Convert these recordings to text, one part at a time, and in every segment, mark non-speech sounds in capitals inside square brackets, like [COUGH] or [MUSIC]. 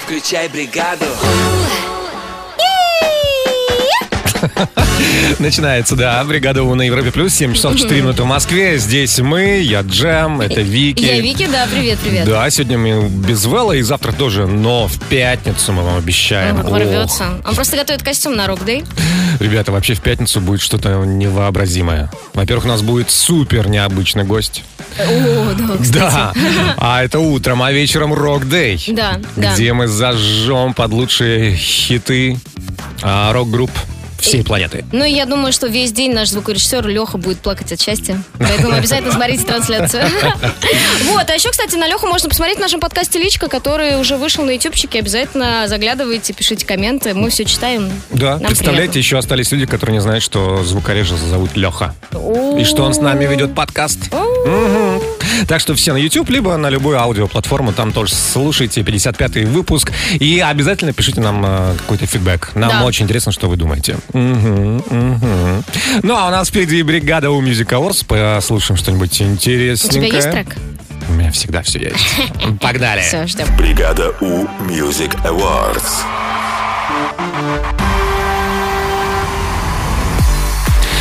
Встречай бригаду. Начинается, да, бригада «У» на Европе Плюс, 7 часов 4 минуты в Москве. Здесь мы, я Джем, это Вики. Я Вики, да, привет, привет. Да, сегодня мы без Вела и завтра тоже, но в пятницу мы вам обещаем. Он Ох, Ворвется. Он просто готовит костюм на рок-дэй. Ребята, вообще в пятницу будет что-то невообразимое. Во-первых, у нас будет супер необычный гость. О, да, кстати. Да, а это утром, а вечером рок-дэй. Да, да. Где мы зажжем под лучшие хиты а, рок-групп всей планеты. Ну, и я думаю, что весь день наш звукорежиссер Леха будет плакать от счастья. Поэтому обязательно смотрите трансляцию. [LAUGHS] Вот, а еще, кстати, на Леху можно посмотреть в нашем подкасте «Личка», который уже вышел на ютубчике. Обязательно заглядывайте, пишите комменты. Мы все читаем. Да, Нам представляете, еще остались люди, которые не знают, что звукорежа зовут Леха. приятно. И что он с нами ведет подкаст. Мгм. Так что все на YouTube, либо на любую аудиоплатформу. Там тоже слушайте 55-й выпуск. И обязательно пишите нам э, какой-то фидбэк. Нам Да. очень интересно, что вы думаете. Мгм, мгм. Ну, а у нас впереди бригада у Music Awards. Послушаем что-нибудь У интересненькое. тебя есть трек? У меня всегда все [LAUGHS] есть. Погнали. Все, ждем. Бригада У Music Awards.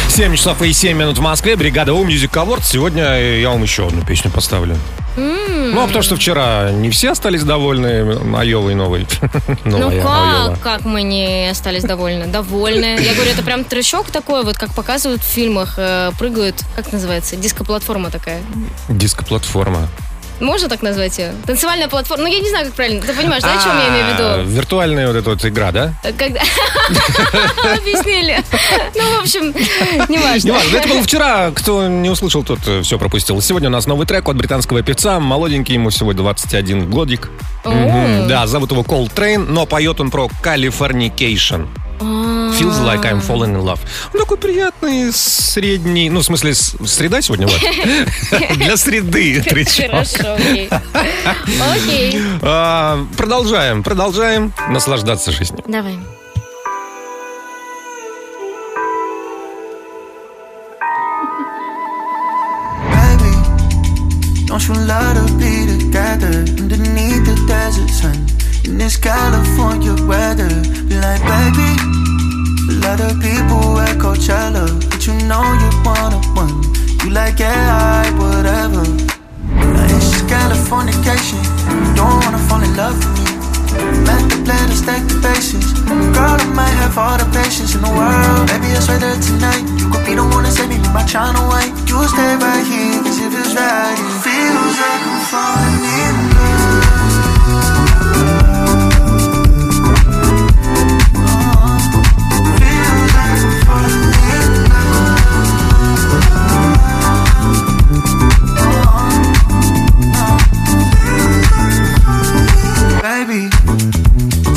Семь часов и 7 минут в Москве. Бригада У Music Awards. Сегодня я вам еще одну песню поставлю. Ну, а потому что вчера не все остались довольны Айовой новой. Ну Новая Айова. как, как мы не остались довольны? Довольны. Я говорю, это прям трешок такой, вот как показывают в фильмах. э, Прыгают, как называется, дископлатформа такая. Дископлатформа. Можно так назвать ее? Танцевальная платформа. Ну я не знаю, как правильно. Ты понимаешь, да, о чем я имею в А, виду? Виртуальная вот эта вот игра, да? Э, Когда... [LAUGHS] Объяснили. Ну, в общем, Не неважно. важно, это было вчера, кто не услышал, тот все пропустил. Сегодня у нас новый трек от британского певца, молоденький, ему всего 21 годик. О. Мгм, Да, зовут его Cold Train, но поет он про Californication. А. Feels like I'm falling in love. Он такой приятный, средний, ну, в смысле, с- среда сегодня, вот. [LAUGHS] Для среды, причем. Хорошо, окей. Окей. А, Продолжаем, продолжаем наслаждаться жизнью. Давай. Baby, don't you love to be together underneath the desert sun? In this California weather, be like, baby, a lot of people at Coachella, but you know you're one of one. You like, yeah, alright, whatever. Now it's just Californication, you don't wanna fall in love with me. Met the plan to stack the bases. Girl, I might have all the patience in the world. Maybe I swear that tonight you could be the one to save me from my China white. You stay right here, cause it feels right. It feels like I'm falling in love. Feels like I'm falling in love. Baby,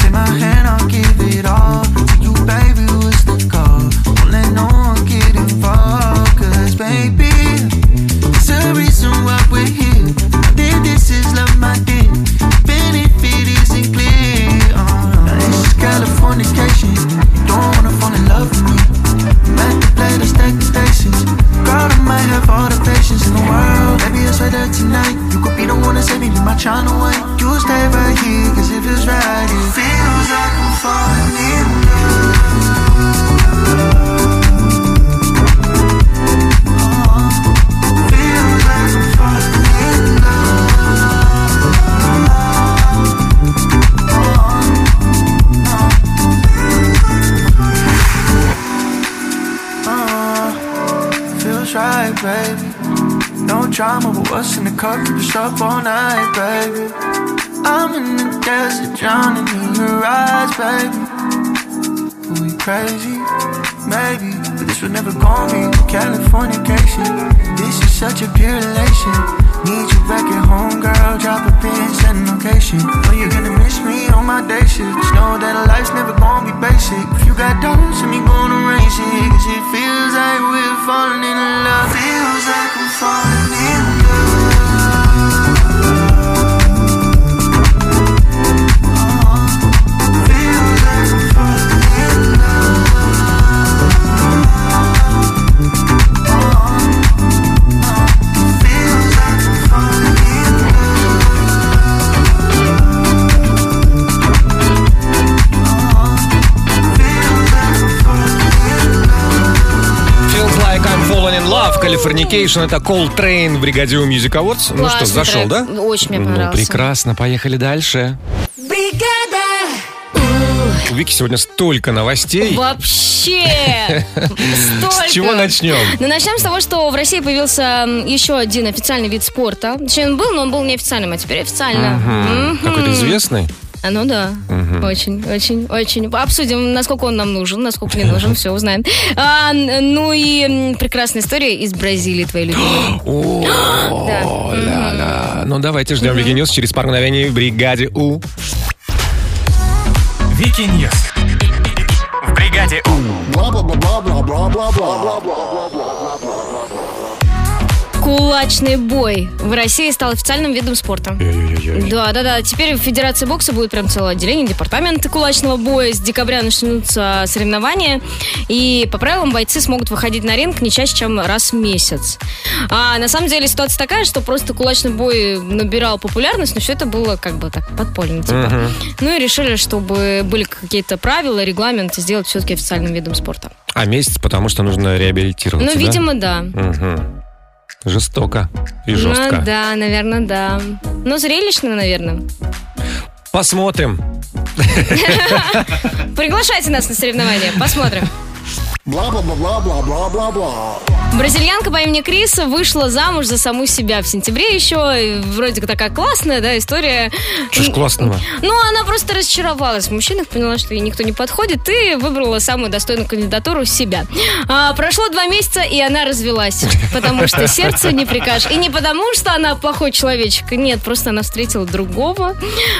take my hand, I'll give it all to you, baby. What's the call? Don't let no one get involved, cause baby, it's the reason why we're here. I think this is love, my dear. Even if it isn't clear, oh, no. Now it's just Californication. You don't wanna fall in love with me. Met the latest expectations. Girl, I might have all the patience in the world. Maybe I swear that tonight you could be the one to save me from my China way. You stay right here, cause it feels right. It feels like I'm falling in love. Feels like I'm falling in love. Uh, feels right, baby. No drama, but what's in the cup? Keep us up all night, baby. I'm in the desert, drowning in your eyes, baby. Ooh, you crazy? Maybe, but this will never gonna be Californication. This is such a pure elation. Need you back at home, girl. Drop a pin, send a location. Know you're gonna miss me on my day shift. Just know that a life's never gonna be basic. If you got doubts, then you gonna raise it. Cause it feels like we're falling in love. Feels like I'm falling in love. Feels like I'm falling in love. Feels like I'm falling in love. Californication, это Coltrane в Бригадио Music Awards. Ну что, Классный зашел, да? трек. Очень мне Ну, понравился. прекрасно, поехали дальше. У Вики сегодня столько новостей. Вообще! Столько! С чего начнем? Ну, начнем с того, что в России появился м, еще один официальный вид спорта. Точнее, он был, но он был неофициальным, а теперь официально. Мгм. Какой-то известный? А, ну да. Очень, очень, очень. Обсудим, насколько он нам нужен, насколько не нужен, все узнаем. А, н- ну и м, прекрасная история из Бразилии, твоей любимой. О, ля-ля. Ну, давайте ждем Вики Ньюс через пару мгновений в бригаде У. Вики Ньюс. В бригаде У. Кулачный бой в России стал официальным видом спорта. Да, да, да. Теперь в Федерации бокса будет прям целое отделение, департамент кулачного боя. С декабря начнутся соревнования. И по правилам бойцы смогут выходить на ринг не чаще, чем раз в месяц. А на самом деле ситуация такая, что просто кулачный бой набирал популярность, но все это было как бы так подпольно. Типа. Ну и решили, чтобы были какие-то правила, регламенты, сделать все-таки официальным видом спорта. А месяц, потому что нужно реабилитироваться, Ну, да? видимо, да. Мгм. Жестоко и Ну, жестко. да, наверное, да. Ну, зрелищно, наверное. Посмотрим. Приглашайте нас на соревнования, посмотрим. Бла-бла-бла-бла-бла-бла-бла. Бразильянка по имени Криса вышла замуж за саму себя в сентябре еще. И Вроде как такая классная, да, история. Что ж классного? Ну, она просто разочаровалась в мужчинах, поняла, что ей никто не подходит, и выбрала самую достойную кандидатуру себя. А, прошло два месяца, и она развелась. Потому что сердце не прикажешь. И не потому, что она плохой человечек. Нет, просто она встретила другого.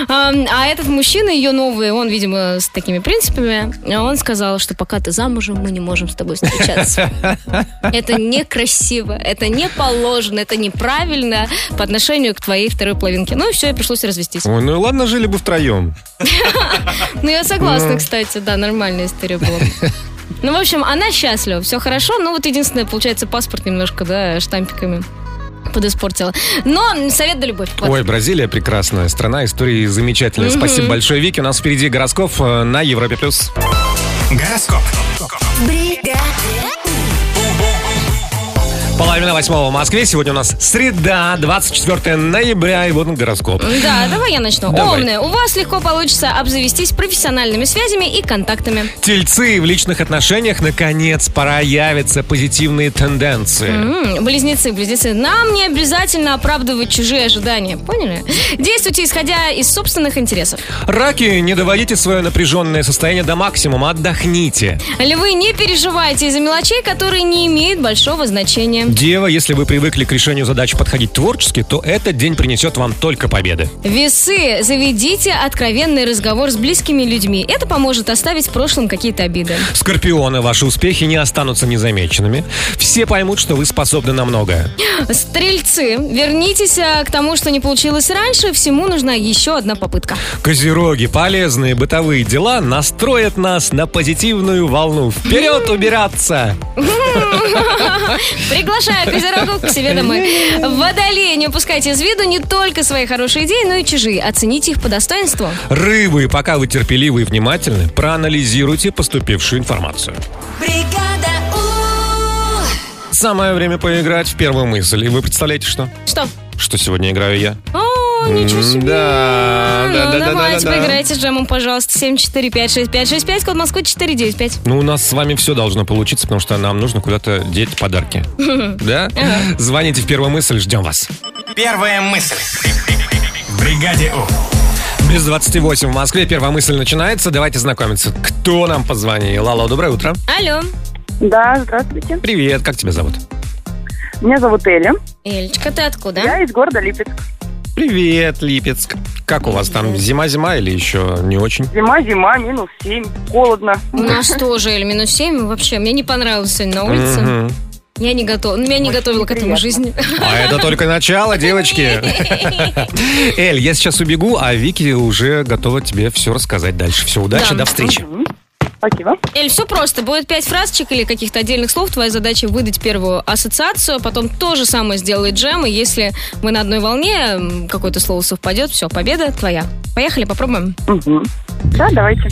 А, а этот мужчина, ее новый, он, видимо, с такими принципами, А он сказал, что пока ты замужем, мы не можем с тобой встречаться. Это некрасиво, это не положено, это неправильно по отношению к твоей второй половинке. Ну и все, и пришлось развестись. Ой, ну и ладно, жили бы втроем. Ну, я согласна, кстати, да, нормальная история была. [LAUGHS] Ну, в общем, она счастлива, все хорошо, но вот единственное, получается, паспорт немножко, да, штампиками подиспортила. Но м, совет да любовь. Вот. Ой, Бразилия прекрасная страна, истории замечательные. Спасибо большое, Вики. У нас впереди гороскоп э, на Европе+. плюс. Гороскоп. Половина восьмого в Москве. Сегодня у нас среда, 24 ноября. И вот он гороскоп. Да, давай я начну. Давай. Умная, у вас легко получится обзавестись профессиональными связями и контактами. Тельцы в личных отношениях, наконец, пора явятся позитивные тенденции. М, Близнецы, близнецы, нам не обязательно оправдывать чужие ожидания, поняли? Действуйте, исходя из собственных интересов. Раки, не доводите свое напряженное состояние до максимума, отдохните. Львы, не переживайте из-за мелочей, которые не имеют большого значения. Дева, если вы привыкли к решению задач подходить творчески, то этот день принесет вам только победы. Весы. Заведите откровенный разговор с близкими людьми. Это поможет оставить в прошлом какие-то обиды. Скорпионы, ваши успехи не останутся незамеченными. Все поймут, что вы способны на многое. Стрельцы. Вернитесь э, к тому, что не получилось раньше. Всему нужна еще одна попытка. Козероги, полезные бытовые дела настроят нас на позитивную волну. Вперед убираться! Приглашаю козерогов к себе домой. Водолеи. Не упускайте из виду не только свои хорошие идеи, но и чужие. Оцените их по достоинству. Рыбы, пока вы терпеливы и внимательны, проанализируйте поступившую информацию. Самое время поиграть в первую мысль. И вы представляете, что? Что? Что сегодня играю я? О, ничего себе. Да, Ну, да, да, да, давайте да, да. поиграйте с Джемом, пожалуйста. 7456565, код Москвы 495. Ну, у нас с вами все должно получиться, потому что нам нужно куда-то деть подарки. Да? Звоните в первую мысль, ждем вас. Первая мысль. В бригаде У. Без 28 в Москве первая мысль начинается. Давайте знакомиться. Кто нам позвонил? Алло, доброе утро. Алло. Да, здравствуйте. Привет, как тебя зовут? Меня зовут Эля. Элечка, ты откуда? Я из города Липецк. Привет, Липецк. Как у вас там, зима-зима или еще не очень? Зима, зима, минус 7. Холодно. У нас тоже, Эль, минус 7. Вообще, мне не понравилось сегодня на улице. Мгм. Я не готова. ну, Меня не готовила к этому неприятно. жизни. А это только начало, девочки. Эль, я сейчас убегу, а Вики уже готова тебе все рассказать дальше. Все, удачи, Да. до встречи. Спасибо. [LAUGHS] Эль, все просто. Будет пять фразочек или каких-то отдельных слов. Твоя задача выдать первую ассоциацию, а потом то же самое сделает Джем. И если мы на одной волне, м, какое-то слово совпадет, все, победа твоя. Поехали, попробуем. Мгм. Да, давайте.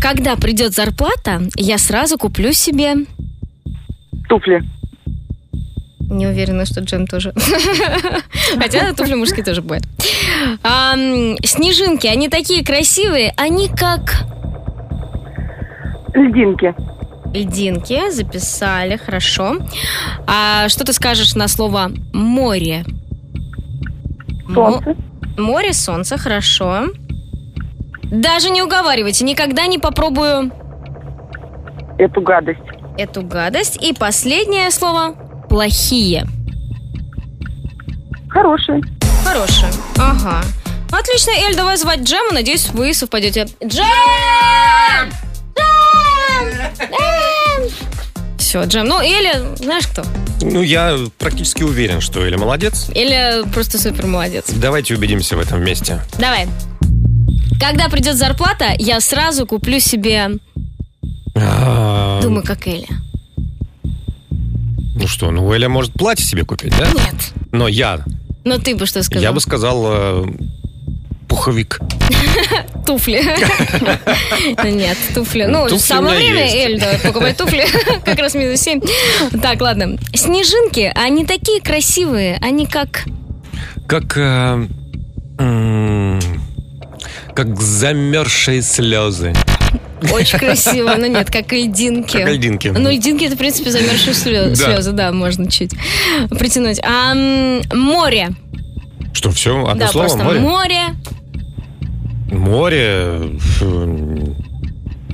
Когда придет зарплата, я сразу куплю себе... Туфли. Не уверена, что джем тоже. [LAUGHS] Хотя туфли мужские тоже бывают. Ам, Снежинки, они такие красивые, они как Льдинки. льдинки. Записали, хорошо. А что ты скажешь на слово море? Мо- Солнце. Ну. Море, солнце, хорошо. Даже не уговаривайте, никогда не попробую Эту гадость. эту гадость. И последнее слово – плохие. Хорошие. Хорошее. Ага. Отлично, Эль, давай звать Джема. Надеюсь, вы совпадете. Джем! Все, Джем. Ну, Эля, знаешь кто? Ну, я практически уверен, что Эля молодец. Эля просто супер молодец. Давайте убедимся в этом вместе. Давай. Когда придет зарплата, я сразу куплю себе, А, думаю, как Эля. Ну что, ну Эля может платье себе купить, да? Нет. Но я, Но ты бы что сказал? я бы сказал э, пуховик. [LAUGHS] Туфли. Нет, туфли. Ну, Туфли у самое меня время, есть. Эль, да, покупай туфли. [LAUGHS] Как раз минус 7. Так, ладно. Снежинки, они такие красивые. Они как... Как... э, м, Как замерзшие слезы. Очень красиво, но нет, как льдинки. Как льдинки. Ну, льдинки это, в принципе, замерзшие слё- Да. слезы, да, можно чуть притянуть. А м, море. Что, все? Одно Да, слово? просто Море? море. Море... э,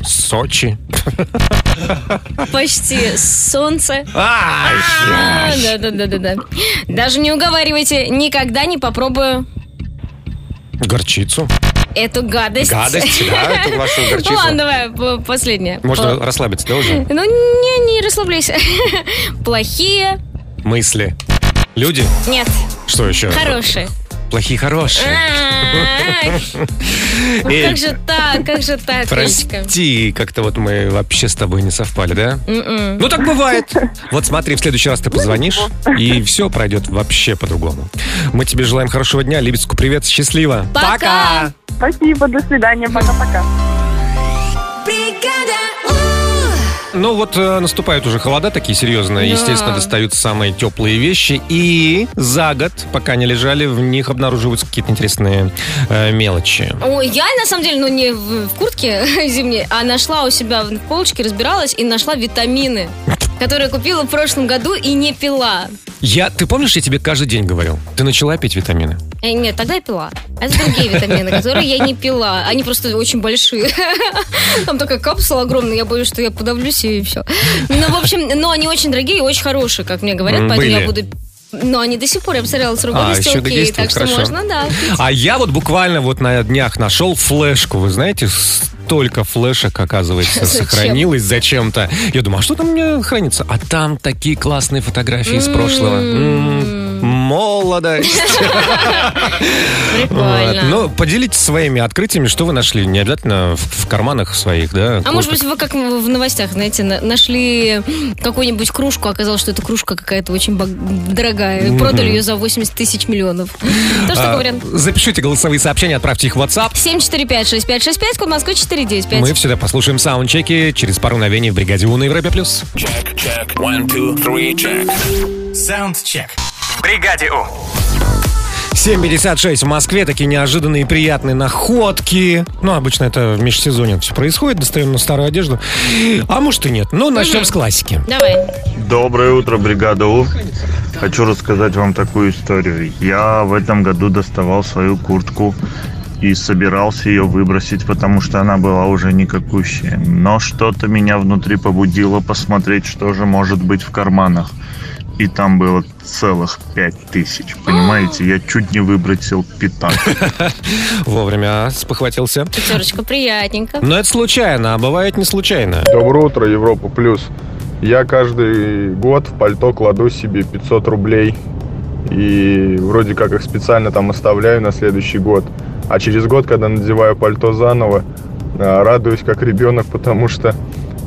Сочи. Почти солнце. А, А, Да, да, да, да, да. Даже не уговаривайте, никогда не попробую Горчицу. эту гадость. Гадость, да, эту вашу горчицу. [LAUGHS] Ну ладно, давай, п- последнее. Можно Пла- расслабиться, да, уже? Ну, не, не расслабляйся. [LAUGHS] Плохие. Мысли. Люди? Нет, Что еще? хорошие. Плохие хорошие. А, Эль, ну Как же так, как же так, Элечка? Прости, как-то вот мы вообще с тобой не совпали, да? М-м. Ну так бывает. Вот смотри, в следующий раз ты позвонишь, и все пройдет вообще по-другому. Мы тебе желаем хорошего дня, Липецку привет, счастливо. Пока! Спасибо, до свидания. Пока-пока. Ну вот э, наступают уже холода такие серьезные, Да. естественно, достают самые теплые вещи, и за год, пока не лежали, в них обнаруживаются какие-то интересные э, мелочи. Ой, я на самом деле, ну не в, в куртке [LAUGHS] зимней, а нашла у себя в полочке, разбиралась и нашла витамины, которые купила в прошлом году и не пила. Я, ты помнишь, я тебе каждый день говорил, ты начала пить витамины? Э, нет, тогда я пила. А Это другие витамины, которые я не пила. Они просто очень большие. [LAUGHS] Там такая капсула огромная, я боюсь, что я подавлюсь и все. Ну, в общем, но они очень дорогие и очень хорошие, как мне говорят, М, поэтому я были. буду... Но они до сих пор, я посмотрела, срок А, годности еще окей, действуют, так что хорошо. [LAUGHS] можно, да. пить. А я вот буквально вот на днях нашел флешку, вы знаете, столько флешек, оказывается, [LAUGHS] Зачем? сохранилось зачем-то. Я думаю, а что там у меня хранится? А там такие классные фотографии из прошлого. М-м. М, [LAUGHS] Молодость. Вот. Прикольно. Ну, поделитесь своими открытиями, что вы нашли. Не обязательно в, в карманах своих, да? А может быть, вы как в новостях, знаете, на- нашли какую-нибудь кружку, а оказалось, что эта кружка какая-то очень бог- дорогая, и продали ее за 80 тысяч миллионов. [LAUGHS] Тоже такой А, вариант. Запишите голосовые сообщения, отправьте их в WhatsApp. 745-6565, код Москвы 495. Мы всегда послушаем саундчеки через пару мгновений в бригаде У на Европе плюс. Check, check. One, two, three, check. Саундчек. В бригаде У. 7.56 в Москве. Такие неожиданные и приятные находки. Ну, обычно это в межсезонье все происходит. Достаем на старую одежду. А может и нет. Ну, начнем с классики. Давай. Доброе утро, бригада У. Хочу рассказать вам такую историю. Я в этом году доставал свою куртку и собирался ее выбросить, потому что она была уже никакущая. Но что-то меня внутри побудило посмотреть, что же может быть в карманах. И там было целых пять тысяч. Понимаете, я чуть не выбросил пятак. Вовремя спохватился. Пятерочка, приятненько. Но это случайно, а бывает не случайно. Доброе утро, Европа Плюс. Я каждый год в пальто кладу себе 500 рублей. И вроде как их специально там оставляю на следующий год. А через год, когда надеваю пальто заново, а, радуюсь как ребенок, потому что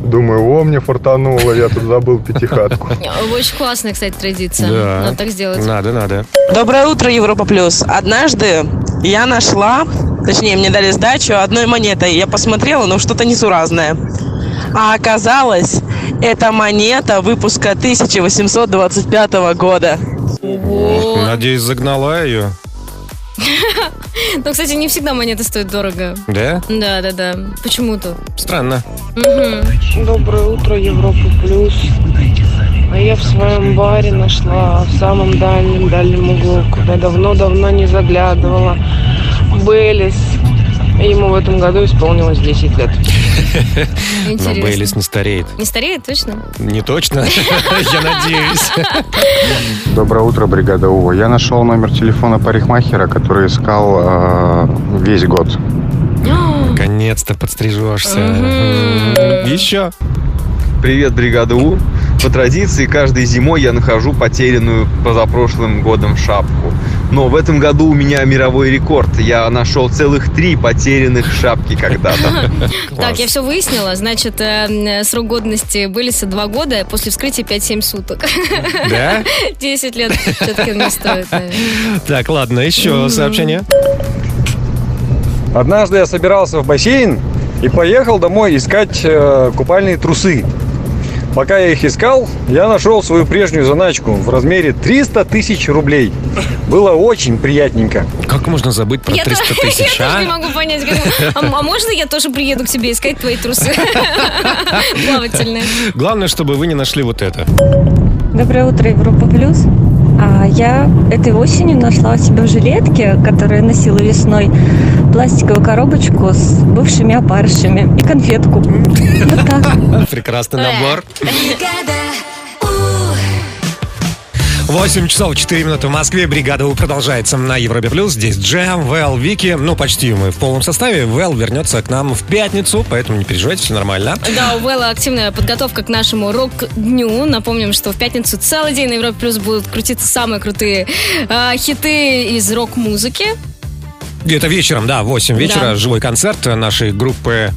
думаю, о, мне фартануло, я тут забыл пятихатку. Очень классная, кстати, традиция. Да. Надо так сделать. Надо, надо. Доброе утро, Европа Плюс. Однажды я нашла, точнее, мне дали ну, сдачу одной монетой. Я посмотрела, но что-то несуразное. А оказалось, Это монета выпуска 1825 года. Надеюсь, загнала ее. Но, Ну, кстати, не всегда монеты стоят дорого. Да? Да, да, да. Почему-то. Странно. Мгм. Доброе утро, Европа Плюс. А я в своем баре нашла в самом дальнем, дальнем углу, куда давно-давно не заглядывала. Беллис. Ему в этом году исполнилось 10 лет. Но Интересно. Бейлис не стареет. Не стареет, точно? Не точно? [LAUGHS] Я надеюсь. [LAUGHS] Доброе утро, бригада УВА. Я нашел номер телефона парикмахера, который искал э, весь год. Наконец-то подстрижешься. Еще. Привет, бригада У. По традиции, каждой зимой я нахожу потерянную позапрошлым годом шапку. Но в этом году у меня мировой рекорд. Я нашел целых три потерянных шапки [LAUGHS] когда-то. Так, я все выяснила. Значит, э, м, срок годности Беллиса 2 года, после вскрытия 5-7 суток. [LAUGHS] Да? 10 лет все-таки не [LAUGHS] стоит. наверное. Так, ладно, еще сообщение. Однажды я собирался в бассейн и поехал домой искать э, купальные трусы. Пока я их искал, я нашел свою прежнюю заначку в размере 300 тысяч рублей. Было очень приятненько. Как можно забыть про [LAUGHS] Я то- 300 Ну, тысяч, Я тоже не а? могу понять. как- А а можно я тоже приеду к тебе искать твои трусы? [LAUGHS] Плавательные. Главное, чтобы вы не нашли вот это. Доброе утро, Европа Плюс. А, я этой осенью нашла у себя в жилетке, которую я носила весной, пластиковую коробочку с бывшими опарышами и конфетку. Вот так. Прекрасный Э. набор. 8 часов 4 минуты в Москве. Бригада У продолжается на Европе Плюс. Здесь Джем, Вэл, Вики. Ну, почти мы в полном составе. Вэл вернется к нам в пятницу, поэтому не переживайте, все нормально. Да, у Вэлла активная подготовка к нашему рок-дню. Напомним, что в пятницу целый день на Европе Плюс будут крутиться самые крутые э, хиты из рок-музыки. Где-то вечером, да, в 8 вечера. Да. Живой концерт нашей группы...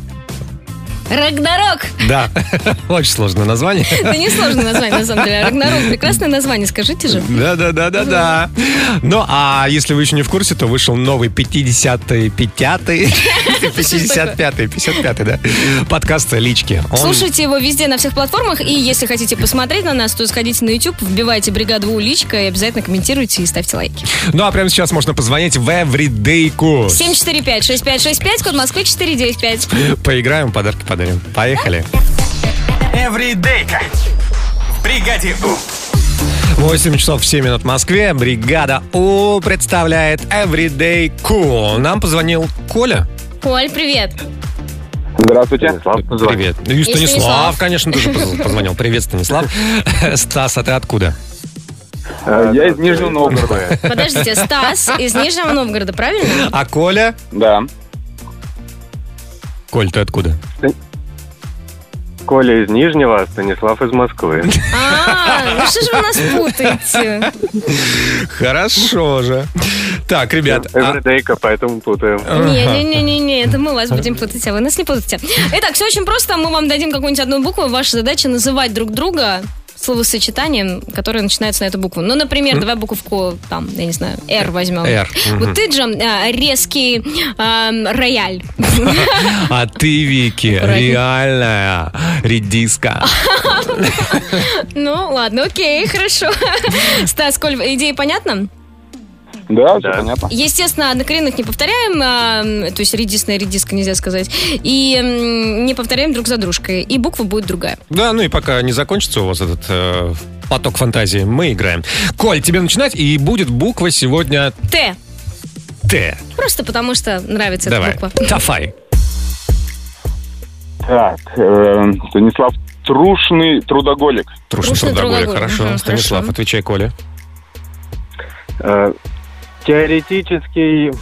Рагнарок! Да, [LAUGHS] очень сложное название. Да не сложное название, на самом деле. А Рагнарок. Прекрасное название, скажите же. Да, да, да, да, да. Ну, а если вы еще не в курсе, то вышел новый 50-й, 55-й, 55-й, 55-й, да, подкаст «Лички». Он- Слушайте его везде на всех платформах. И если хотите посмотреть на нас, то сходите на YouTube, вбивайте бригаду Уличка и обязательно комментируйте и ставьте лайки. Ну, а прямо сейчас можно позвонить в Эвридейку. 745-6565, код Москвы 495. Поиграем, подарки подарим. Поехали. Эвридейка. В бригаде У. 8 часов 7 минут в Москве. Бригада У представляет Everyday Cool. Нам позвонил Коля. Коль, привет. Здравствуйте. Привет. И И Станислав, Станислав. конечно, тоже поз- позвонил. Привет, [LAUGHS] Станислав. Стас, а ты откуда? Э, Я из Нижнего Новгорода. Подождите, Стас из Нижнего Новгорода, правильно? А Коля? Да. Коль, ты откуда? Коля из Нижнего, Станислав из [LAUGHS] Москвы. А, ну что же вы нас путаете? Хорошо же. Так, ребят. А. а, Эвридейка, поэтому путаем. Не-не-не-не, это мы вас будем путать, а вы нас не путаете. Итак, все очень просто, мы вам дадим какую-нибудь одну букву, ваша задача называть друг друга словосочетанием, которое начинается на эту букву. Ну, например, М. давай буковку, там, я не знаю, R возьмем. R, мгм. Вот ты, Джем, а, резкий а, рояль. [LAUGHS] А ты, Вики, Аккуратней. реальная редиска. Ну, ладно, окей, хорошо. [LAUGHS] Стас, Коль, идея понятна? Да, все понятно. Естественно, однокоренных не повторяем, а, м, то есть редисная редиска нельзя сказать, и м, не повторяем друг за дружкой, и буква будет другая. Да, ну и пока не закончится у вас этот э, поток фантазии, мы играем. Коль, тебе начинать, и будет буква сегодня Т. Т. Просто потому что нравится Давай. [LAUGHS] эта буква. Тафай. Так, э, Станислав Трушный трудоголик. Трушный Трушный трудоголик, трудоголик, хорошо. ага, Станислав, хорошо. отвечай, Коля. Теоретический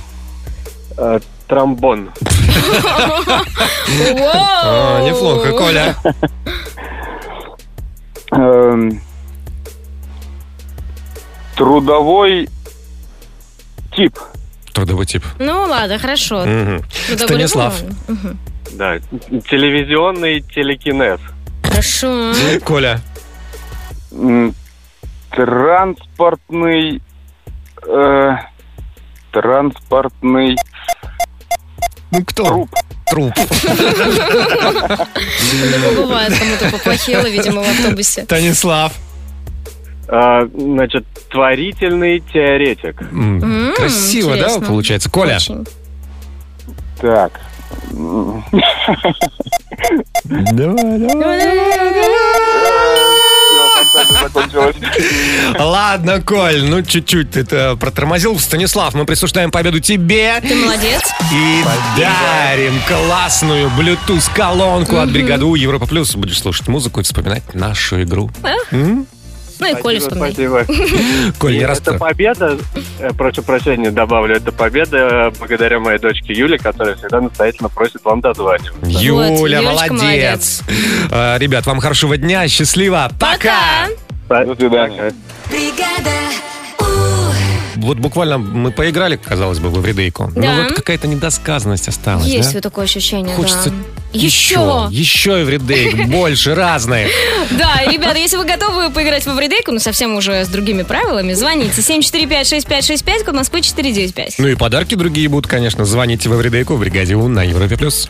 э, тромбон. Воу! А, неплохо, Коля. Эм, Трудовой тип. Трудовой тип. Ну ладно, хорошо. Трудоголик, ладно. Мгм. Да, телевизионный телекинез. Хорошо. Коля. М, Транспортный... э, Транспортный... Ну, кто? Труп. Труп. Ну, бывает, кому-то поплохело, видимо, в автобусе. Танислав. А, значит, творительный теоретик. М, Красиво, да, интересно. получается? Коля. Так. Давай, Ладно, Коль, ну чуть-чуть ты -то протормозил. Станислав, мы присуждаем победу тебе. Ты молодец. И дарим классную Bluetooth-колонку от бригады У Европа Плюс. Будешь слушать музыку и вспоминать нашу игру. А? М? Ну и Коля вспоминай. Спасибо. Коль, не Это расстраивайся. победа, э, прошу прощения, добавлю, это победа э, благодаря моей дочке Юле, которая всегда настоятельно просит вам дозваниваться. Юля, Юлечка, молодец. Э, Ребят, вам хорошего дня, счастливо. Пока! До свидания. Вот буквально мы поиграли, казалось бы, в эвридейку. Да. Но вот какая-то недосказанность осталась, Есть да? вот такое ощущение, Хочется да. Еще! [LAUGHS] Еще эвридейк, больше разных. Да, и, ребята, если вы готовы поиграть в Эвридейку, но совсем уже с другими правилами, звоните 745-6565, код Москвы 495. Ну и подарки другие будут, конечно. Звоните в эвридейку в бригаде У на Европе+. плюс.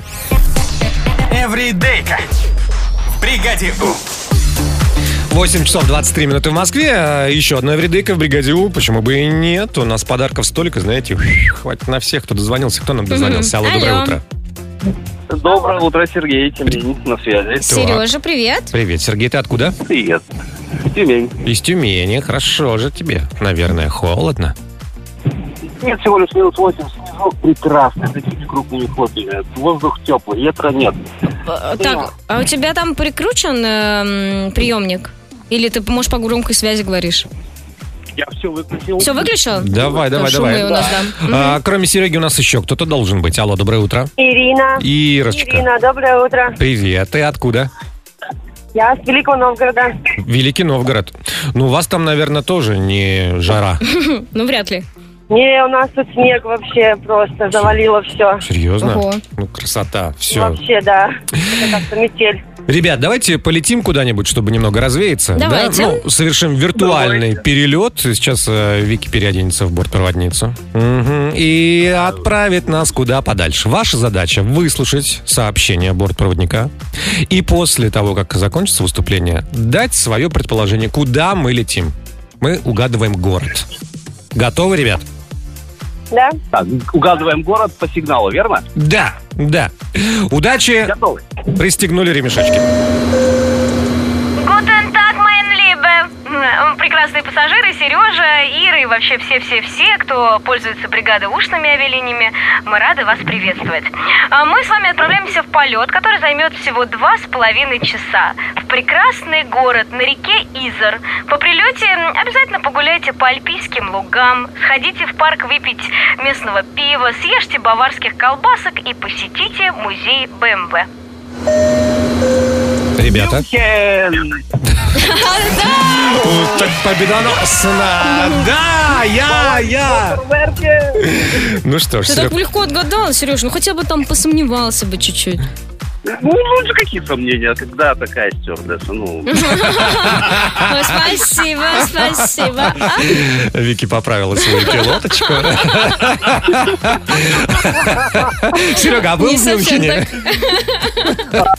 Эвридейка. В бригаде У. 8 часов 23 минуты в Москве. А Еще одна эвридейка в бригаде У. Почему бы и нет? У нас подарков столько, знаете, хватит на всех, кто дозвонился. Кто нам дозвонился? Мгм. Алло, доброе Алло. утро. Доброе утро, Сергей Тюмень на связи. Сережа, привет. Привет, Сергей, ты откуда? Привет. Тюмень. Из Тюмени. Хорошо же тебе. Наверное, холодно. Нет, всего лишь минус 8, снежок прекрасный, такие крупные хлопья. Воздух теплый, ветра нет. Э, Так, а у тебя там прикручен эм, приемник? Или ты, может, по громкой связи говоришь? Я все выключил. Все выключил? Давай, давай, Шумы давай. у нас, да. А, кроме Сереги у нас еще кто-то должен быть. Алло, доброе утро. Ирина. Ирочка. Ирина, доброе утро. Привет, ты откуда? Я с Великого Новгорода. Великий Новгород. Ну, у вас там, наверное, тоже [LAUGHS] не жара. Ну, вряд ли. Не, у нас тут снег вообще просто завалило все. Серьезно? Ну, красота, все. Вообще, да. Это как-то метель. Ребят, давайте полетим куда-нибудь, чтобы немного развеяться. да? Давайте. Ну, совершим виртуальный перелет. Сейчас э, Вики переоденется в бортпроводницу. Мгм. И отправит нас куда подальше. Ваша задача выслушать сообщение бортпроводника. И после того, как закончится выступление, дать свое предположение, куда мы летим. Мы угадываем город. Готовы, ребят? Да? Так, угадываем город по сигналу, верно? Да, да. Удачи. Готовы. Пристегнули ремешочки. Гутен так, моин Прекрасные пассажиры, Сережа, Ира и вообще все-все-все, кто пользуется бригадой ушными авиалиниями, мы рады вас приветствовать. А Мы с вами отправляемся в полет, который займет всего два с половиной часа. В прекрасный город на реке Изор. По прилете обязательно погуляйте по альпийским лугам, сходите в парк выпить местного пива, съешьте баварских колбасок и посетите музей БМВ. Ребята. Вот Так победоносно. Да, я, я. Ну что ж, Ты так Серег, легко отгадал, Сереж, ну хотя бы там посомневался бы чуть-чуть. Ну, ну, какие сомнения, когда такая стюардесса, ну... Ой, Спасибо, спасибо. [LAUGHS] А? Вики поправила свою [LAUGHS] пилоточку. Серега, а был Не в совсем Мюнхене?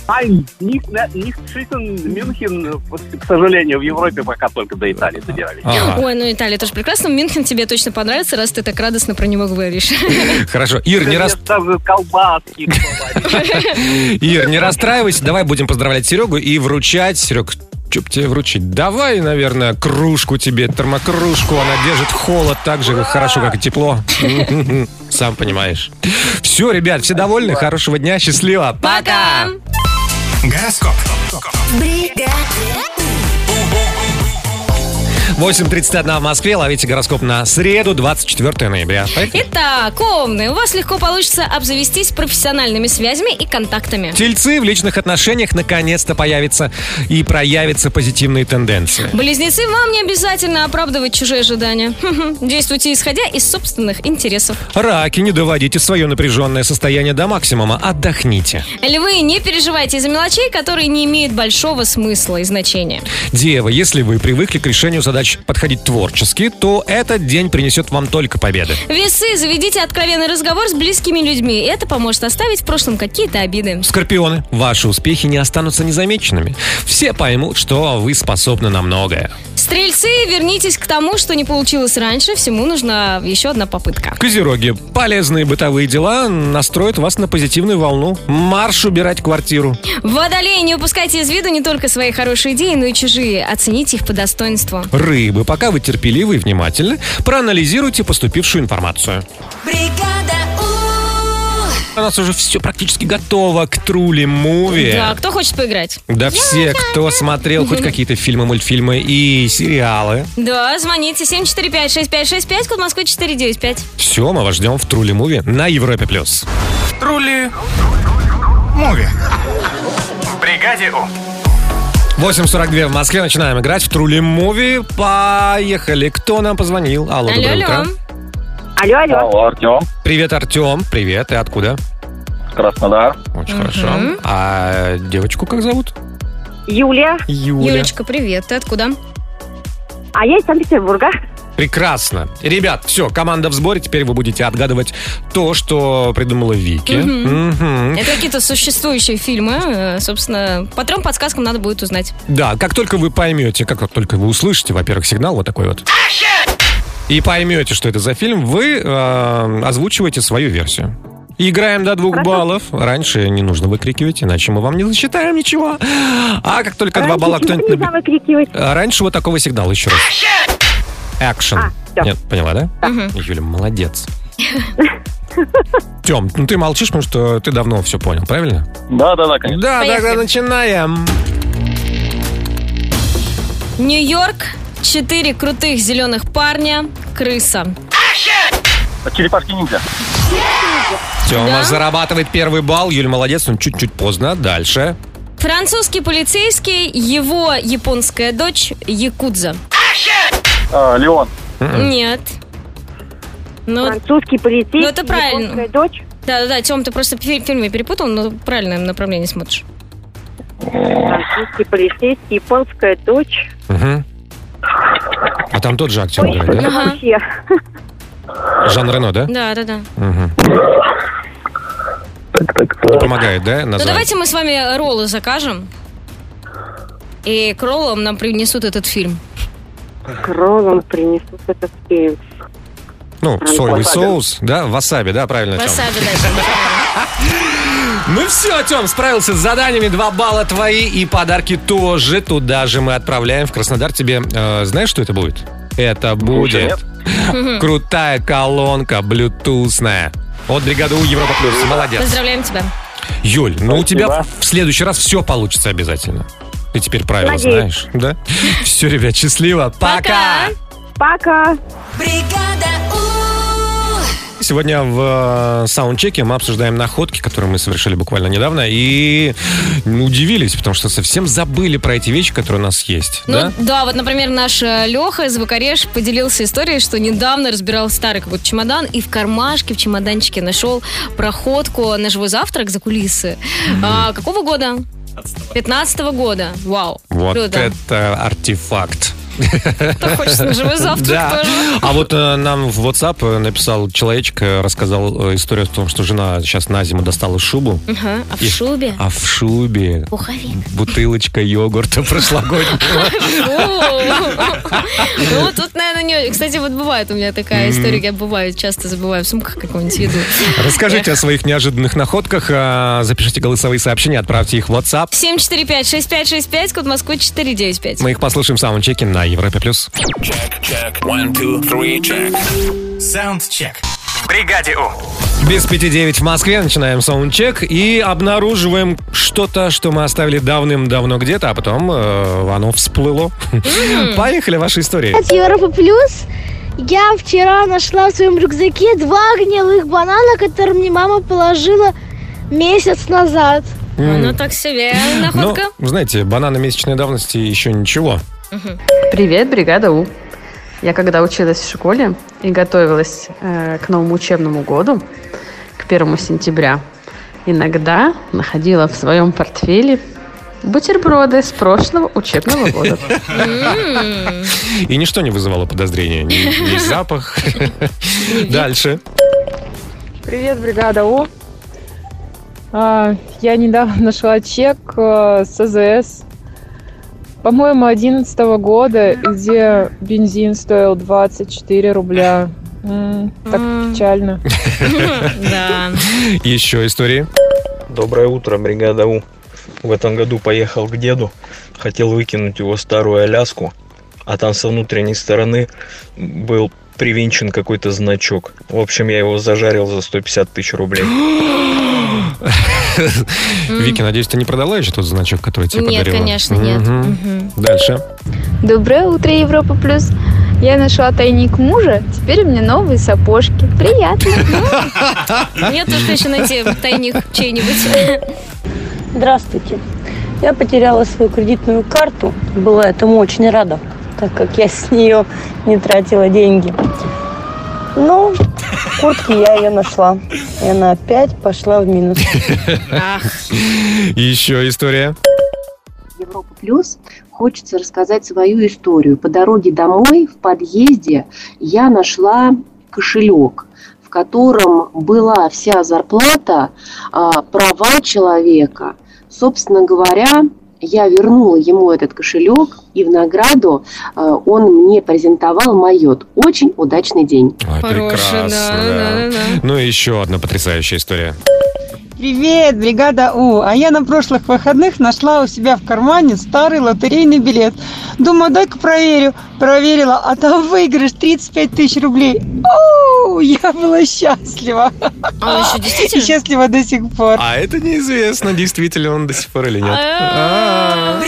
Ай, них, на- них Шитен, Мюнхен, к сожалению, в Европе пока только до Италии добирались. Ой, ну Италия тоже прекрасно. Мюнхен тебе точно понравится, раз ты так радостно про него говоришь. Хорошо. Ир, не, рас... Даже колбаски. Ир, не расстраивайся. Давай будем поздравлять Серегу и вручать. Серег, что б тебе вручить? Давай, наверное, кружку тебе, термокружку. Она держит холод так же хорошо, как и тепло. [LAUGHS] Сам понимаешь. Все, ребят, все довольны. Хорошего дня. Счастливо. Пока! Гороскоп. 8.31 в Москве. Ловите гороскоп на среду, 24 ноября. Поехали. Итак, овны, у вас легко получится обзавестись профессиональными связями и контактами. Тельцы в личных отношениях наконец-то появятся и проявятся позитивные тенденции. Близнецы, вам не обязательно оправдывать чужие ожидания. [LAUGHS] Хм-хм. Действуйте исходя из собственных интересов. Раки, не доводите свое напряженное состояние до максимума, отдохните. Львы, не переживайте из-за мелочей, которые не имеют большого смысла и значения. Девы, если вы привыкли к решению задач задач подходить творчески, то этот день принесет вам только победы. Весы, заведите откровенный разговор с близкими людьми. Это поможет оставить в прошлом какие-то обиды. Скорпионы, ваши успехи не останутся незамеченными. Все поймут, что вы способны на многое. Стрельцы, вернитесь к тому, что не получилось раньше. Всему нужна еще одна попытка. Козероги, полезные бытовые дела настроят вас на позитивную волну. Марш убирать квартиру. Водолеи, не упускайте из виду не только свои хорошие идеи, но и чужие. Оцените их по достоинству. Рыбы, пока вы терпеливы и внимательны, проанализируйте поступившую информацию. У нас уже все практически готово к Трули Муви. Да, кто хочет поиграть? Да все, кто смотрел хоть какие-то фильмы, мультфильмы и сериалы, Да, звоните 745-6565, код Москвы 495. все, мы вас ждем в Трули Муви на Европе+. плюс. Трули Муви. Бригаде У. 8.42 в Москве, начинаем играть в Трули Муви. Поехали. Кто нам позвонил? Алло, доброе Алло, алло. утро. Алло, алло. Артем. Привет, Артем. Привет, ты откуда? Краснодар. Очень хорошо. А девочку как зовут? Юлия. Юля. Юлечка, привет. Ты откуда? А я из Санкт-Петербурга. Прекрасно. Ребят, все, команда в сборе. Теперь вы будете отгадывать то, что придумала Вики. Мгм. Мгм. Это какие-то существующие фильмы. э, Собственно, по трем подсказкам надо будет узнать. Да, как только вы поймете, как только вы услышите, во-первых, сигнал вот такой вот. И поймете, что это за фильм, вы э, озвучиваете свою версию. Играем до двух баллов. Раньше не нужно выкрикивать, иначе мы вам не засчитаем ничего. А как только два балла кто-нибудь... наби- А Раньше вот такого сигнала еще раз. Экшен. Нет, поняла, да? Юля, молодец. Тем, ну ты молчишь, потому что ты давно все понял, правильно? Да, да, да, конечно. Да, Поехали. тогда начинаем. Нью-Йорк, четыре крутых зеленых парня, крыса. Черепашки ниндзя. Тема зарабатывает первый балл. Юль, молодец, он чуть-чуть поздно. Дальше. Французский полицейский, его японская дочь Якудза. А, Леон. Хм. Нет. Французский полицейский, ну, это правильно. дочь? Да-да-да, Тем, ты просто фи- фильмы перепутал, но в правильном направлении смотришь. Французский полицейский, японская дочь. Мгм. А там тот же актер играет, Это да? вообще. Жан Рено, да? Да-да-да. Ну, Мгм. Не Помогает, да? Ну название? давайте мы с вами роллы закажем. И к роллам нам принесут этот фильм. К роллам принесут этот фильм. Ну, соевый Васаби. соус, да? Васаби, да, правильно, Тём? Васаби дальше. Ну все, Тем, справился с заданиями. Два балла твои и подарки тоже туда же мы отправляем в Краснодар. Тебе э, знаешь, что это будет? Это будет [LAUGHS] крутая колонка блютусная. От бригады У Европа Плюс. Молодец. Поздравляем тебя. Юль, ну у тебя в следующий раз все получится обязательно. Ты теперь правила Надеюсь. знаешь, да? Все, ребят, счастливо. Пока! Пока. Сегодня в э, саундчеке мы обсуждаем находки, которые мы совершили буквально недавно, и ну, удивились, потому что совсем забыли про эти вещи, которые у нас есть. Ну да? да? вот, например, наш Леха из Вакареш поделился историей, что недавно разбирал старый какой-то чемодан и в кармашке, в чемоданчике нашел проходку на живой завтрак за кулисы. А, какого года? 15 года. Вау. Вот Круто. это артефакт. хочется на [LAUGHS] живой завтрак Да. тоже. А вот э, нам в WhatsApp э, написал человечек, э, рассказал э, историю о том, что жена сейчас на зиму достала шубу. Ага, А в И- шубе? А в шубе Пуховик. бутылочка йогурта [LAUGHS] прошлогоднего. [LAUGHS] Ну, тут, наверное, не... Кстати, вот бывает у меня такая Мгм. история, я бываю, часто забываю в сумках какую-нибудь [LAUGHS] еду. Расскажите о своих неожиданных находках, а, запишите голосовые сообщения, отправьте их в WhatsApp. 745-6565, код Москвы 495. Мы их послушаем в саундчеке на Европе+. плюс. Check. One, two, three, check. Саундчек. В бригаде У. Без пяти девять в Москве, начинаем саундчек и обнаруживаем что-то, что мы оставили давным-давно где-то, а потом э, оно всплыло. Поехали, ваши истории. От Европа Плюс я вчера нашла в своем рюкзаке два гнилых банана, которые мне мама положила месяц назад. М. Ну, так себе Ну, находка. знаете, бананы месячной давности еще ничего. Привет, бригада У. Я когда училась в школе и готовилась э, к новому учебному году, к первому сентября, иногда находила в своем портфеле Бутерброды с прошлого [LAUGHS] учебного года. И ничто не вызывало подозрения. [LAUGHS] Ни, ни запах. Дальше. Привет, бригада У. А, я недавно нашла чек э, с АЗС, по-моему, 11 года, где бензин стоил 24 рубля. М, так печально. [LAUGHS] Да. Еще истории. Доброе утро, бригада У. В этом году поехал к деду, хотел выкинуть его старую Аляску, а там со внутренней стороны был привинчен какой-то значок. В общем, я его зажарил за 150 тысяч рублей. Вики, надеюсь, ты не продала еще тот значок, который тебе Нет, подарила? конечно, нет. Мгм. Мгм. Дальше. Доброе Э, утро, Европа Плюс. Я нашла тайник мужа, теперь у меня новые сапожки. [LAUGHS] Приятно. Мне тоже еще найти тайник чей-нибудь. Здравствуйте. Я потеряла свою кредитную карту. Была этому очень рада, так как я с нее не тратила деньги. Ну, в куртке я ее нашла. И она опять пошла в минус. Еще история. Европа Плюс, хочется рассказать свою историю. По дороге домой в подъезде я нашла кошелек, в котором была вся зарплата, а, права человека. Собственно говоря, я вернула ему этот кошелек, и в награду а, он мне презентовал майот. Очень удачный день. Ой, прекрасно. да. Ну и еще одна потрясающая история. Привет, бригада У. А я на прошлых выходных нашла у себя в кармане старый лотерейный билет. Думаю, дай-ка проверю. Проверила, а там выигрыш 35 тысяч рублей. Оу, я была счастлива. [LAUGHS] А он еще действительно? И счастлива до сих пор. А это неизвестно, действительно он до сих пор или нет. А.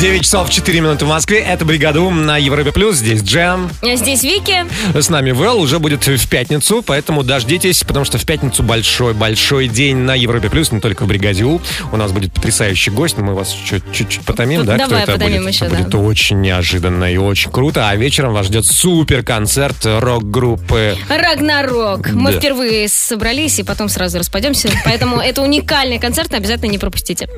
9 часов 4 минуты в Москве. Это «Бригада Ум» на Европе+. плюс. Здесь Джем. А здесь Вики. С нами Вэл уже будет в пятницу, поэтому дождитесь, потому что в пятницу большой-большой день на Европе Плюс, не только в Бригаде У. У нас будет потрясающий гость, но мы вас чё- чуть-чуть потомим, да? Давай кто это потомим будет? еще, это да. будет очень неожиданно и очень круто, а вечером вас ждет супер концерт рок-группы. Рагнарок. Мы Да. впервые собрались и потом сразу распадемся. Поэтому это уникальный концерт, обязательно не пропустите.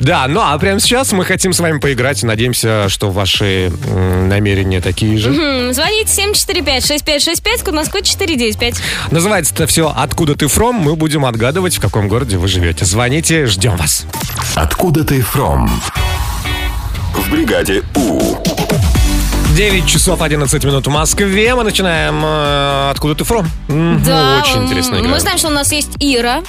Да, ну а прямо сейчас мы хотим с вами поиграть и надеемся, что ваши м, намерения такие же. Мгм. Хм, Звоните 745-6565, код Москвы 495. Называется это все «Откуда ты фром?». Мы будем отгадывать, в каком городе вы живете. Звоните, ждем вас. Откуда ты фром? В бригаде У. 9 часов 11 минут в Москве. Мы начинаем э, «Откуда ты фром?». Мгм, Очень м, интересная игра. Мы знаем, что у нас есть Ира.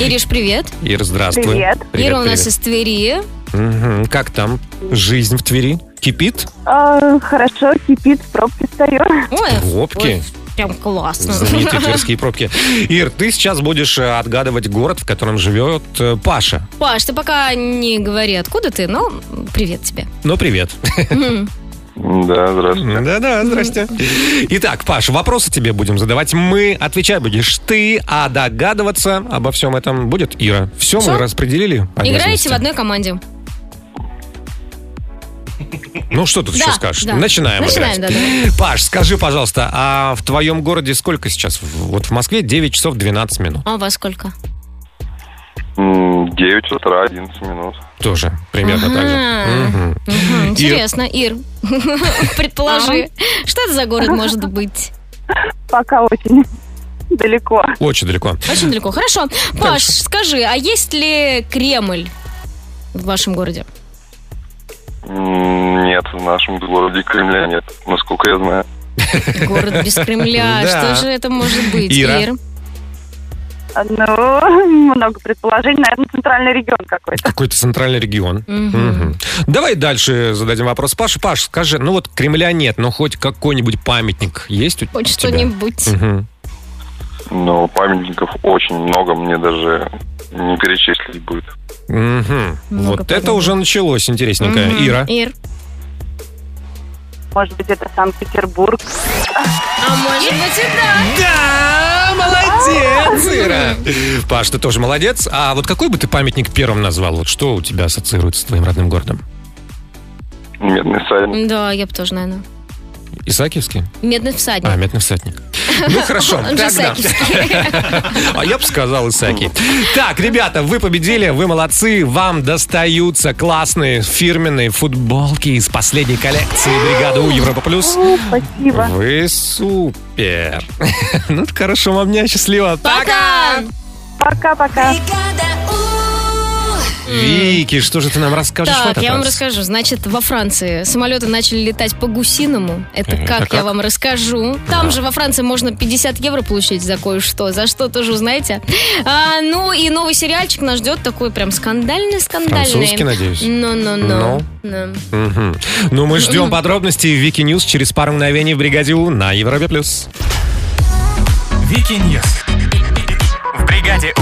Ириш, привет. Ира, здравствуй. Ира у нас привет. из Твери. Мгм, Как там? Жизнь в Твери? Кипит? А, Хорошо, кипит, пробки стою. Ой, Пробки? прям классно. Знаменитые тверские пробки. Ир, ты сейчас будешь э, отгадывать город, в котором живет э, Паша. [LAUGHS] Паш, ты пока не говори, откуда ты, но м, привет тебе. Ну, привет. Мгм. Да, здравствуйте. Да-да, здрасте. Итак, Паш, вопросы тебе будем задавать мы. Отвечай будешь ты, а догадываться обо всем этом будет Ира. Все, Всё? мы распределили. Играете в обязанности? одной команде. Ну, что тут Да, еще скажешь? да. Начинаем, Начинаем, играть. Паш, скажи, пожалуйста, а в твоем городе сколько сейчас? В- Вот в Москве 9 часов 12 минут. А у вас сколько? 9 утра, 11 минут. Тоже примерно так же. Ага. Мгм. Мгм, Ир. Интересно, Ир, [LAUGHS] предположи, что это за город может быть? Пока очень далеко. Очень далеко. Очень далеко. Хорошо. Паш, скажи, а есть ли Кремль в вашем городе? М, Нет, в нашем городе Кремля нет, насколько я знаю. Город без Кремля, Да. что же это может быть, Ира. Ир? Ну, много предположений. Наверное, центральный регион какой-то. Какой-то центральный регион. Мгм. Давай дальше зададим вопрос. Паш, Паш, скажи, ну вот Кремля нет, но хоть какой-нибудь памятник есть у Хоть тебя? что-нибудь. Мгм. Но памятников очень много, мне даже не перечислить будет. Мгм. Вот это уже началось интересненько. Э, Ира. Ир. Может быть, это Санкт-Петербург. А может быть и да. Да, молодец, Ира. Паш, ты тоже молодец. А вот какой бы ты памятник первым назвал? Вот что у тебя ассоциируется с твоим родным городом? Медный садик. Да, я бы тоже, наверное. Исаакиевский? Медный всадник. А, медный всадник. Ну хорошо, Он же тогда. Исаакиевский. А я бы сказал Исаки. Так, ребята, вы победили, вы молодцы. Вам достаются классные фирменные футболки из последней коллекции бригады У Европа Плюс. Спасибо. Вы супер. [LAUGHS] Ну, это хорошо, вам дня, счастливо. Пока! Пока-пока. Вики, что же ты нам расскажешь в Так, этот я вам раз? расскажу. Значит, во Франции самолеты начали летать по гусиному. Это Э, как, это я как? вам расскажу. Там же во Франции можно 50 евро получить за кое-что. За что тоже узнаете. А, ну и новый сериальчик нас ждет такой прям скандальный-скандальный. Французский, надеюсь? Ну-ну-ну. Ну. Мгм. Ну, мы ждем подробностей в Вики Ньюс через пару мгновений в бригаде У на Европе плюс. Вики Ньюс. В бригаде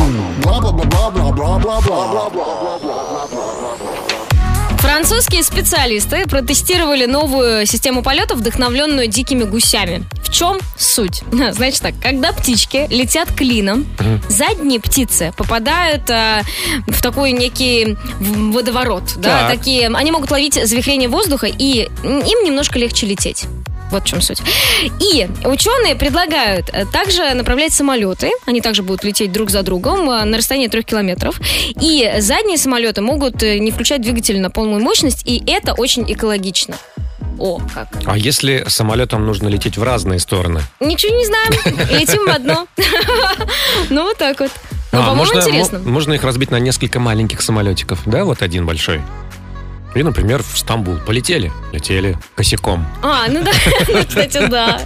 Французские специалисты протестировали новую систему полета, вдохновленную дикими гусями. В чем суть? [LAUGHS] Значит так, когда птички летят клином, Мгм. задние птицы попадают э, в такой некий в- водоворот. Да, Так. такие, они могут ловить завихрение воздуха, и им немножко легче лететь. Вот в чем суть. И ученые предлагают э, также направлять самолеты. Они также будут лететь друг за другом э, на расстоянии трех километров. И задние самолеты могут э, не включать двигатель на полную мощность, и это очень экологично. О, как. А если самолетом нужно лететь в разные стороны? Ничего не знаем. Летим в одно. Ну, вот так вот. Ну, А, по-моему, можно, мо- интересно. можно их разбить на несколько маленьких самолетиков, да, вот один большой. И, например, в Стамбул. Полетели? Летели косяком. А, ну да, [LAUGHS] ну, кстати, да.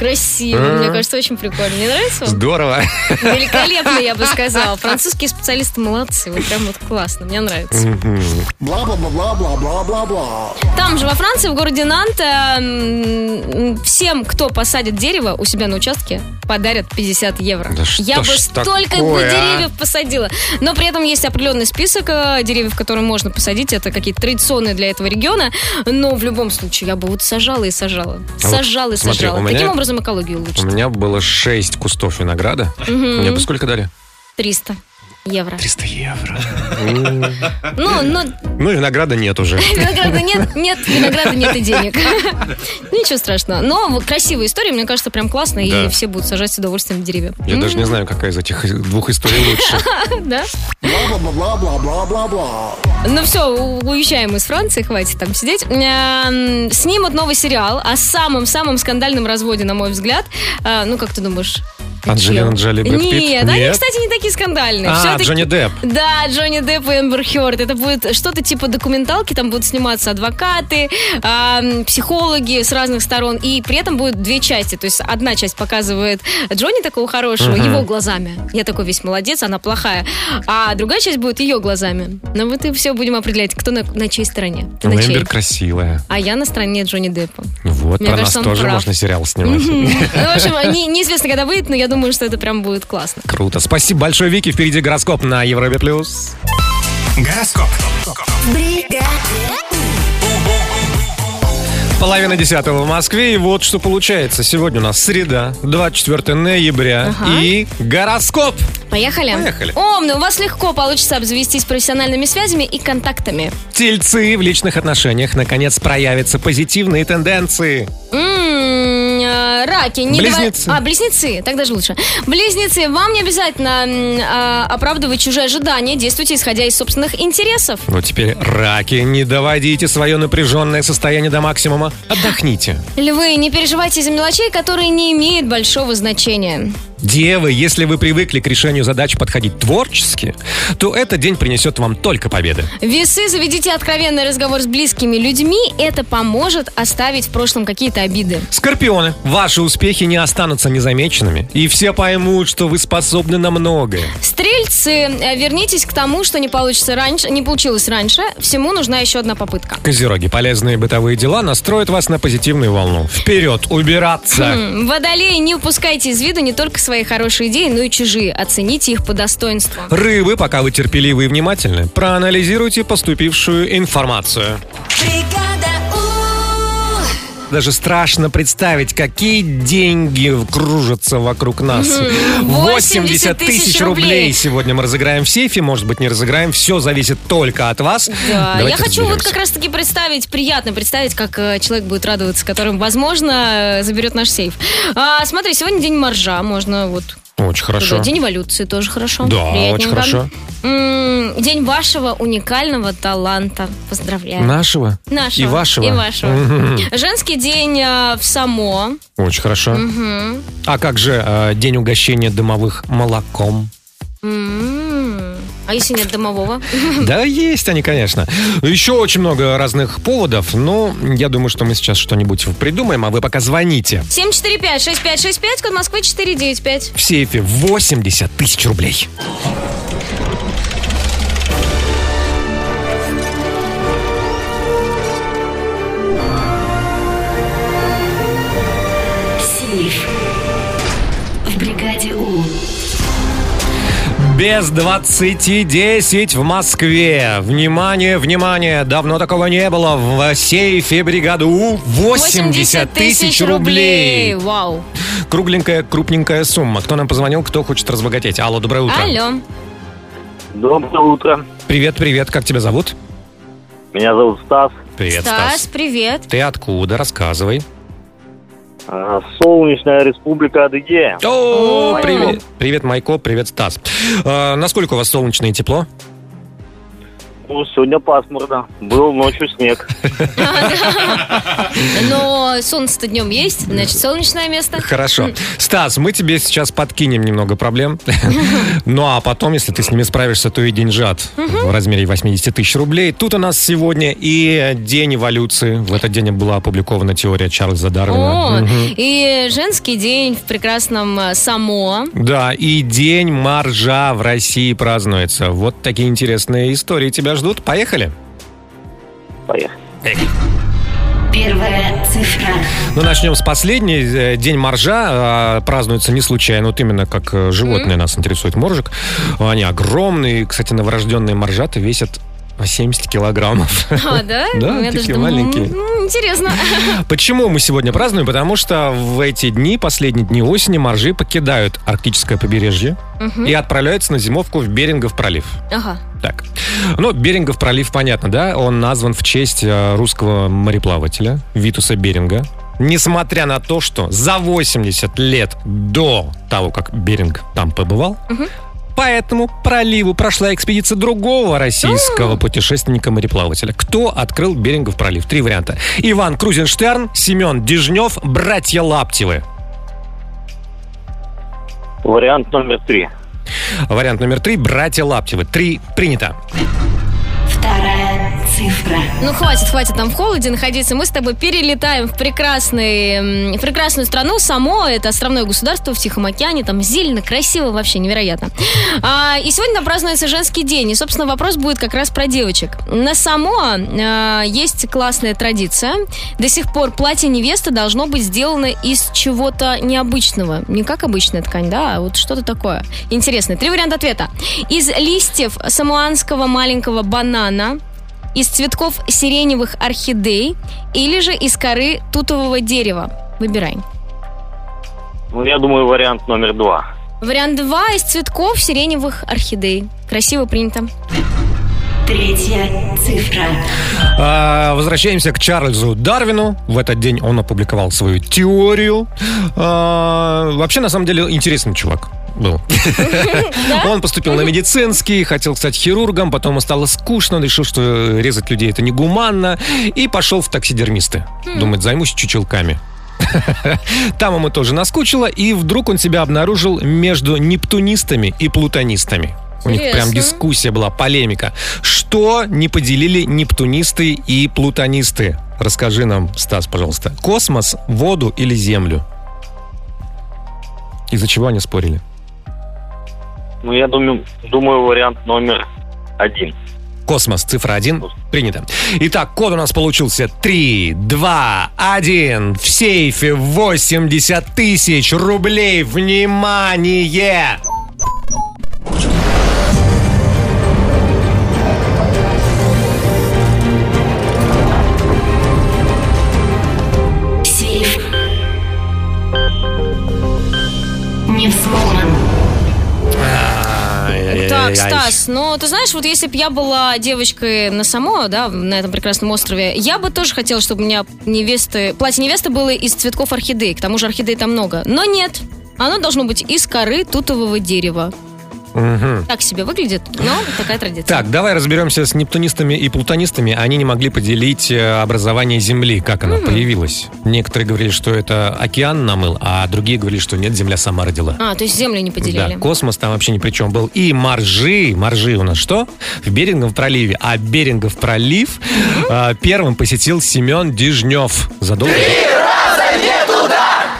Красиво, М. мне кажется, очень прикольно. Не нравится вам? Здорово. Великолепно, я бы сказала. Французские специалисты молодцы, вот прям вот классно, мне нравится. Мгм. Бла-бла-бла-бла-бла-бла-бла. Там же во Франции, в городе Нант, э, м, всем, кто посадит дерево у себя на участке, подарят 50 евро. Да что Я бы ж столько бы такое, а? деревьев посадила. Но при этом есть определенный список э, деревьев, которые можно посадить. Это какие-то традиционные для этого региона. Но в любом случае, я бы вот сажала и сажала. А вот сажала и смотри, сажала. у меня- Таким образом экологию улучшить. У меня было 6 кустов винограда. Мгм. Мне бы сколько дали? 300 евро. 300 евро. М. Ну, но Ну, винограда нет [LAUGHS] уже. Винограда «Ну нет, нет, винограда нет и [LAUGHS] денег. Ну, Ничего страшного. Но вот красивая история, мне кажется, прям классно, и Да. все будут сажать с удовольствием деревья. Я даже не знаю, какая из этих двух историй лучше. [LAUGHS] Да? Бла-бла-бла-бла-бла-бла-бла. Ну все, у- уезжаем из Франции, хватит там сидеть. Эм, Снимут новый сериал о самом-самом скандальном разводе, на мой взгляд. Э, Ну, как ты думаешь? Анджелина Джоли, Брэд Питт? Нет, они, Нет? кстати, не такие скандальные. А, Всё-таки- Джонни Депп. Да, Джонни Депп и Эмбер Хёрд. Это будет что-то типа документалки, там будут сниматься адвокаты, а, м, психологи с разных сторон, и при этом будут две части. То есть одна часть показывает Джонни такого хорошего, Мгм. его глазами. Я такой весь молодец, она плохая. А другая часть будет ее глазами. Ну вот и все будем определять, кто на, на чьей стороне. Ты Ну, на чьей. Эмбер красивая. А я на стороне Джонни [LAUGHS] Деппа. Вот, Мне про нас кажется, он тоже прав. можно сериал снимать. Мгм. Ну, в общем, не- неизвестно, когда выйдет, но я думаю, что это прям будет классно. Круто. Спасибо большое, Вики. Впереди гороскоп на Европе+. плюс. Гороскоп. Половина десятого в Москве, и вот что получается. Сегодня у нас среда, 24 ноября, Ага. и гороскоп. Поехали? Поехали. Омны, у вас легко получится обзавестись профессиональными связями и контактами. Тельцы в личных отношениях, наконец, проявятся позитивные тенденции. М, э, Раки, не давай- Близнецы. А, близнецы, так даже лучше. Близнецы, вам не обязательно м, а, оправдывать чужие ожидания, действуйте исходя из собственных интересов. Вот Ну, теперь раки, не доводите свое напряженное состояние до максимума. Отдохните. Львы, не переживайте из-за мелочей, которые не имеют большого значения. Девы, если вы привыкли к решению задач подходить творчески, то этот день принесет вам только победы. Весы, заведите откровенный разговор с близкими людьми, это поможет оставить в прошлом какие-то обиды. Скорпионы, ваши успехи не останутся незамеченными, и все поймут, что вы способны на многое. Стрельцы, э, вернитесь к тому, что не получится раньше, не получилось раньше. Всему нужна еще одна попытка. Козероги, полезные бытовые дела настроят вас на позитивную волну. Вперед, убираться! Хм, Водолеи, не упускайте из виду не только свои хорошие идеи, но и чужие. Оцените их по [CLEARS THROAT] достоинству. Рыбы, пока вы терпеливы и внимательны, проанализируйте поступившую информацию. Даже страшно представить, какие деньги кружатся вокруг нас. Мгм. 80 тысяч тысяч рублей рублей. сегодня мы разыграем в сейфе, может быть, не разыграем. Все зависит только от вас. Да, я Давайте хочу вот разберемся. как раз-таки представить, приятно представить, как э, человек будет радоваться, которым, возможно, э, заберет наш сейф. А, смотри, сегодня день моржа, можно вот... Очень хорошо. туда. День эволюции тоже хорошо. Да, Приятненько. очень хорошо. М, День вашего уникального таланта. Поздравляю. Нашего? Нашего. И вашего? И вашего. Мгм. Женский день э, в Само. Очень хорошо. Мгм. А как же э, день угощения домовых молоком? М. А если нет домового? Да, есть они, конечно. Еще очень много разных поводов, но я думаю, что мы сейчас что-нибудь придумаем, а вы пока звоните. 745-6565, код Москвы 495. В сейфе 80 тысяч рублей. Сейф. В бригаде У. Без 20-10 в Москве. Внимание, внимание, давно такого не было. В сейфе бригады У 80 тысяч рублей. Вау. Кругленькая, крупненькая сумма. Кто нам позвонил, кто хочет разбогатеть? Алло, доброе утро. Алло. Доброе утро. Привет, привет, как тебя зовут? Меня зовут Стас. Привет, Стас, Стас. привет. Ты откуда? Рассказывай. А, Солнечная республика Адыгея. О, привет. Привет, Майко, привет, Стас. Э, насколько у вас солнечное и тепло? Ну, сегодня пасмурно. Был ночью снег. Но солнце-то днем есть, значит, солнечное место. Хорошо. Стас, мы тебе сейчас подкинем немного проблем. [LAUGHS] Ну а потом, если ты с ними справишься, то и деньжат в размере 80 тысяч рублей. Тут у нас сегодня и День эволюции. В этот день была опубликована теория Чарльза О, Дарвина. Мгм. и женский день в прекрасном э, [LAUGHS] Само. Да, и День маржа в России празднуется. Вот такие интересные истории тебя ждут. Поехали? Поехали. Первая цифра. Ну, начнем с последней. Э, День моржа э, празднуется не случайно, вот именно как э, животное нас интересует моржик. Они огромные, кстати, новорожденные моржаты весят 70 килограммов. [LAUGHS] А, да? Да, Я даже такие думала, маленькие. м, Интересно. [LAUGHS] Почему мы сегодня празднуем? Потому что в эти дни, последние дни осени, моржи покидают арктическое побережье Мгм. и отправляются на зимовку в Берингов пролив. Ага. Так. Ну, Берингов пролив, понятно, да? Он назван в честь э, русского мореплавателя Витуса Беринга. Несмотря на то, что за 80 лет до того, как Беринг там побывал, по этому проливу прошла экспедиция другого российского путешественника-мореплавателя. Кто открыл Берингов пролив? Три варианта. Иван Крузенштерн, Семен Дежнев, братья Лаптевы. Вариант номер три. Вариант номер три – братья Лаптевы. Три принято. Вторая цифра. Ну, хватит, хватит нам в холоде находиться. Мы с тобой перелетаем в прекрасный, м, прекрасную страну. Само это островное государство в Тихом океане. Там зелено, красиво, вообще невероятно. А, и сегодня там празднуется женский день. И, собственно, вопрос будет как раз про девочек. На Само а, есть классная традиция. До сих пор платье невесты должно быть сделано из чего-то необычного. Не как обычная ткань, да, а вот что-то такое. Интересно. Три варианта ответа. Из листьев самуанского маленького банана, из цветков сиреневых орхидей или же из коры тутового дерева. Выбирай. Ну, я думаю, вариант номер два. Вариант 2 из цветков сиреневых орхидей. Красиво принято. Третья цифра. А, Возвращаемся к Чарльзу Дарвину. В этот день он опубликовал свою теорию. А, Вообще, на самом деле, интересный чувак был. Он поступил на медицинский, хотел стать хирургом, потом ему стало скучно, он решил, что резать людей это негуманно, и пошел в таксидермисты. Думает, займусь чучелками. [LAUGHS] Там ему тоже наскучило, и вдруг он себя обнаружил между нептунистами и плутонистами. У них прям Интересно. дискуссия была, полемика. Что не поделили нептунисты и плутонисты? Расскажи нам, Стас, пожалуйста. Космос, воду или землю? Из-за чего они спорили? Ну, я думаю, думаю, вариант номер один. Космос, цифра 1, принято. Итак, код у нас получился 3, 2, 1. В сейфе 80 тысяч рублей. Внимание! Э, Стас, но ты знаешь, вот если бы я была девочкой на Само, да, на этом прекрасном острове, я бы тоже хотела, чтобы у меня невесты, платье невесты было из цветков орхидей. К тому же орхидей там много. Но нет, оно должно быть из коры тутового дерева. Мгм. Так себе выглядит, но такая традиция. Так, давай разберемся с нептунистами и плутонистами. Они не могли поделить э, образование Земли, как оно Мгм. появилось. Некоторые говорили, что это океан намыл, а другие говорили, что нет, Земля сама родила. А, то есть землю не Да, поделили. космос там вообще ни при чем был. И моржи, моржи у нас что? В Берингов проливе. А Берингов пролив э, первым посетил Семен Дежнев. Задолго.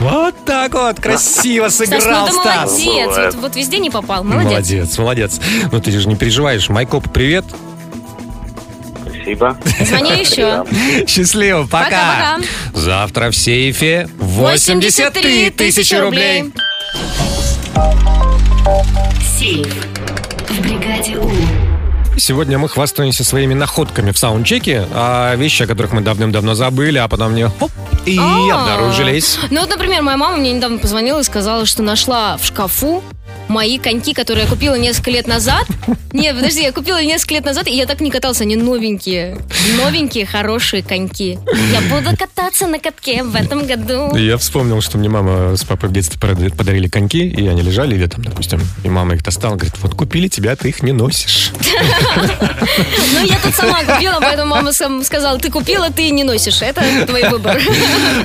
Вот так вот, красиво сыграл Стас, ну ты Стас. молодец, вот, вот везде не попал, молодец. молодец, молодец. Ну ты же не переживаешь. Майкоп, привет. Спасибо. Звони еще. Счастливо, пока. Пока-пока. Завтра в сейфе 83 тысячи рублей. Сейф. В бригаде У. Сегодня мы хвастаемся своими находками в саундчеке, а вещи, о которых мы давным-давно забыли, а потом мне хоп, и А. обнаружились. Ну вот, например, моя мама мне недавно позвонила и сказала, что нашла в шкафу мои коньки, которые я купила несколько лет [LAUGHS] назад. Нет, подожди, я купила несколько лет назад, и я так не катался, они новенькие. Новенькие, хорошие коньки. Я буду кататься на катке в этом году. Я вспомнил, что мне мама с папой в детстве подари- подарили коньки, и они лежали летом, допустим. И мама их достала, говорит, вот купили тебя, ты их не носишь. Ну, я тут сама купила, поэтому мама сам сказала, ты купила, ты не носишь. Это твой [LAUGHS] выбор.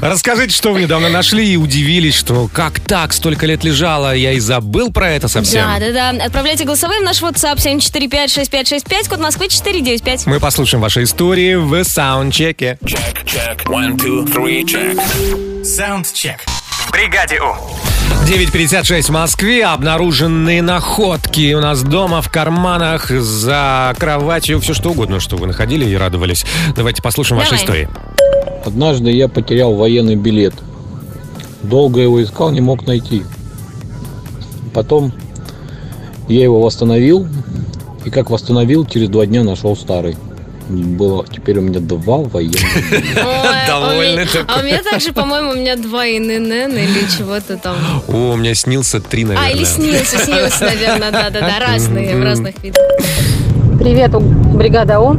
Расскажите, что вы недавно нашли и удивились, что как так, столько лет лежало, я и забыл про это совсем. Да, да, да. Отправляйте голосовые в наш WhatsApp 745-6565, код Москвы 495. Мы послушаем ваши истории в саундчеке. Чек. One, two, three, check. Саундчек. В бригаде У. 9.56 в Москве. Обнаруженные находки у нас дома, в карманах, за кроватью. Все что угодно, что вы находили и радовались. Давайте послушаем ваши Давай. истории. Однажды я потерял военный билет. Долго его искал, не мог найти. Потом я его восстановил. И как восстановил, через два дня нашел старый. Было теперь у меня два военных. [LAUGHS] Довольный А у такой. меня также, по-моему, у меня два ИНН или чего-то там. О, у меня снился три, наверное. А, или снился, снился, наверное, да-да-да, разные, в разных видах. Привет, у- бригада У.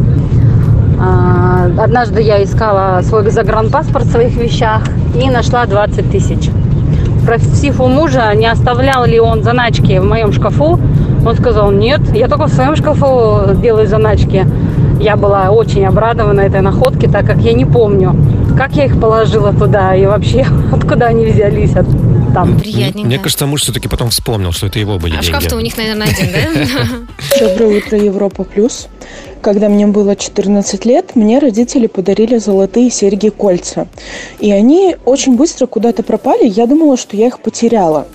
А, Однажды я искала свой загранпаспорт в своих вещах и нашла 20 тысяч. Просив у мужа, не оставлял ли он заначки в моем шкафу, он сказал, нет, я только в своем шкафу делаю заначки. Я была очень обрадована этой находке, так как я не помню, как я их положила туда и вообще [LAUGHS] откуда они взялись от- там. Мне кажется, муж все-таки потом вспомнил, что это его были А деньги. шкаф-то у них, наверное, один, да? Доброе утро, Европа Плюс. Когда мне было 14 лет, мне родители подарили золотые серьги-кольца. И они очень быстро куда-то пропали, я думала, что я их потеряла.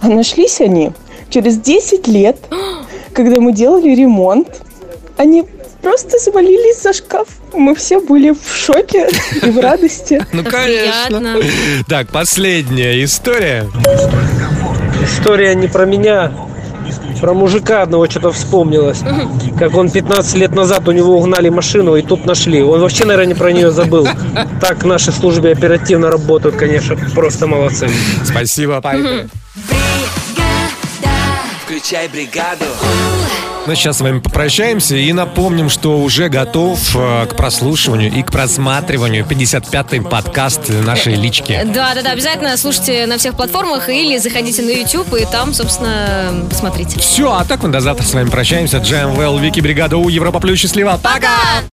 А нашлись они через 10 лет, когда мы делали ремонт. Они просто завалились за шкаф. Мы все были в шоке [LAUGHS] и в радости. Ну, [LAUGHS] конечно. Так, последняя история. История не про меня, про мужика одного что-то вспомнилось. Как он 15 лет назад у него угнали машину и тут нашли. Он вообще, наверное, про нее забыл. Так наши службы оперативно работают, конечно, просто молодцы. Спасибо, Включай бригаду. Мы Ну, сейчас с вами попрощаемся и напомним, что уже готов э, к прослушиванию и к просматриванию 55-й подкаст нашей лички. Да-да-да, обязательно слушайте на всех платформах или заходите на YouTube и там, собственно, смотрите. Эм Все, а так мы до завтра с вами прощаемся. Джем Вики, Бригада У, Европа Плюс. Счастливо. Пока!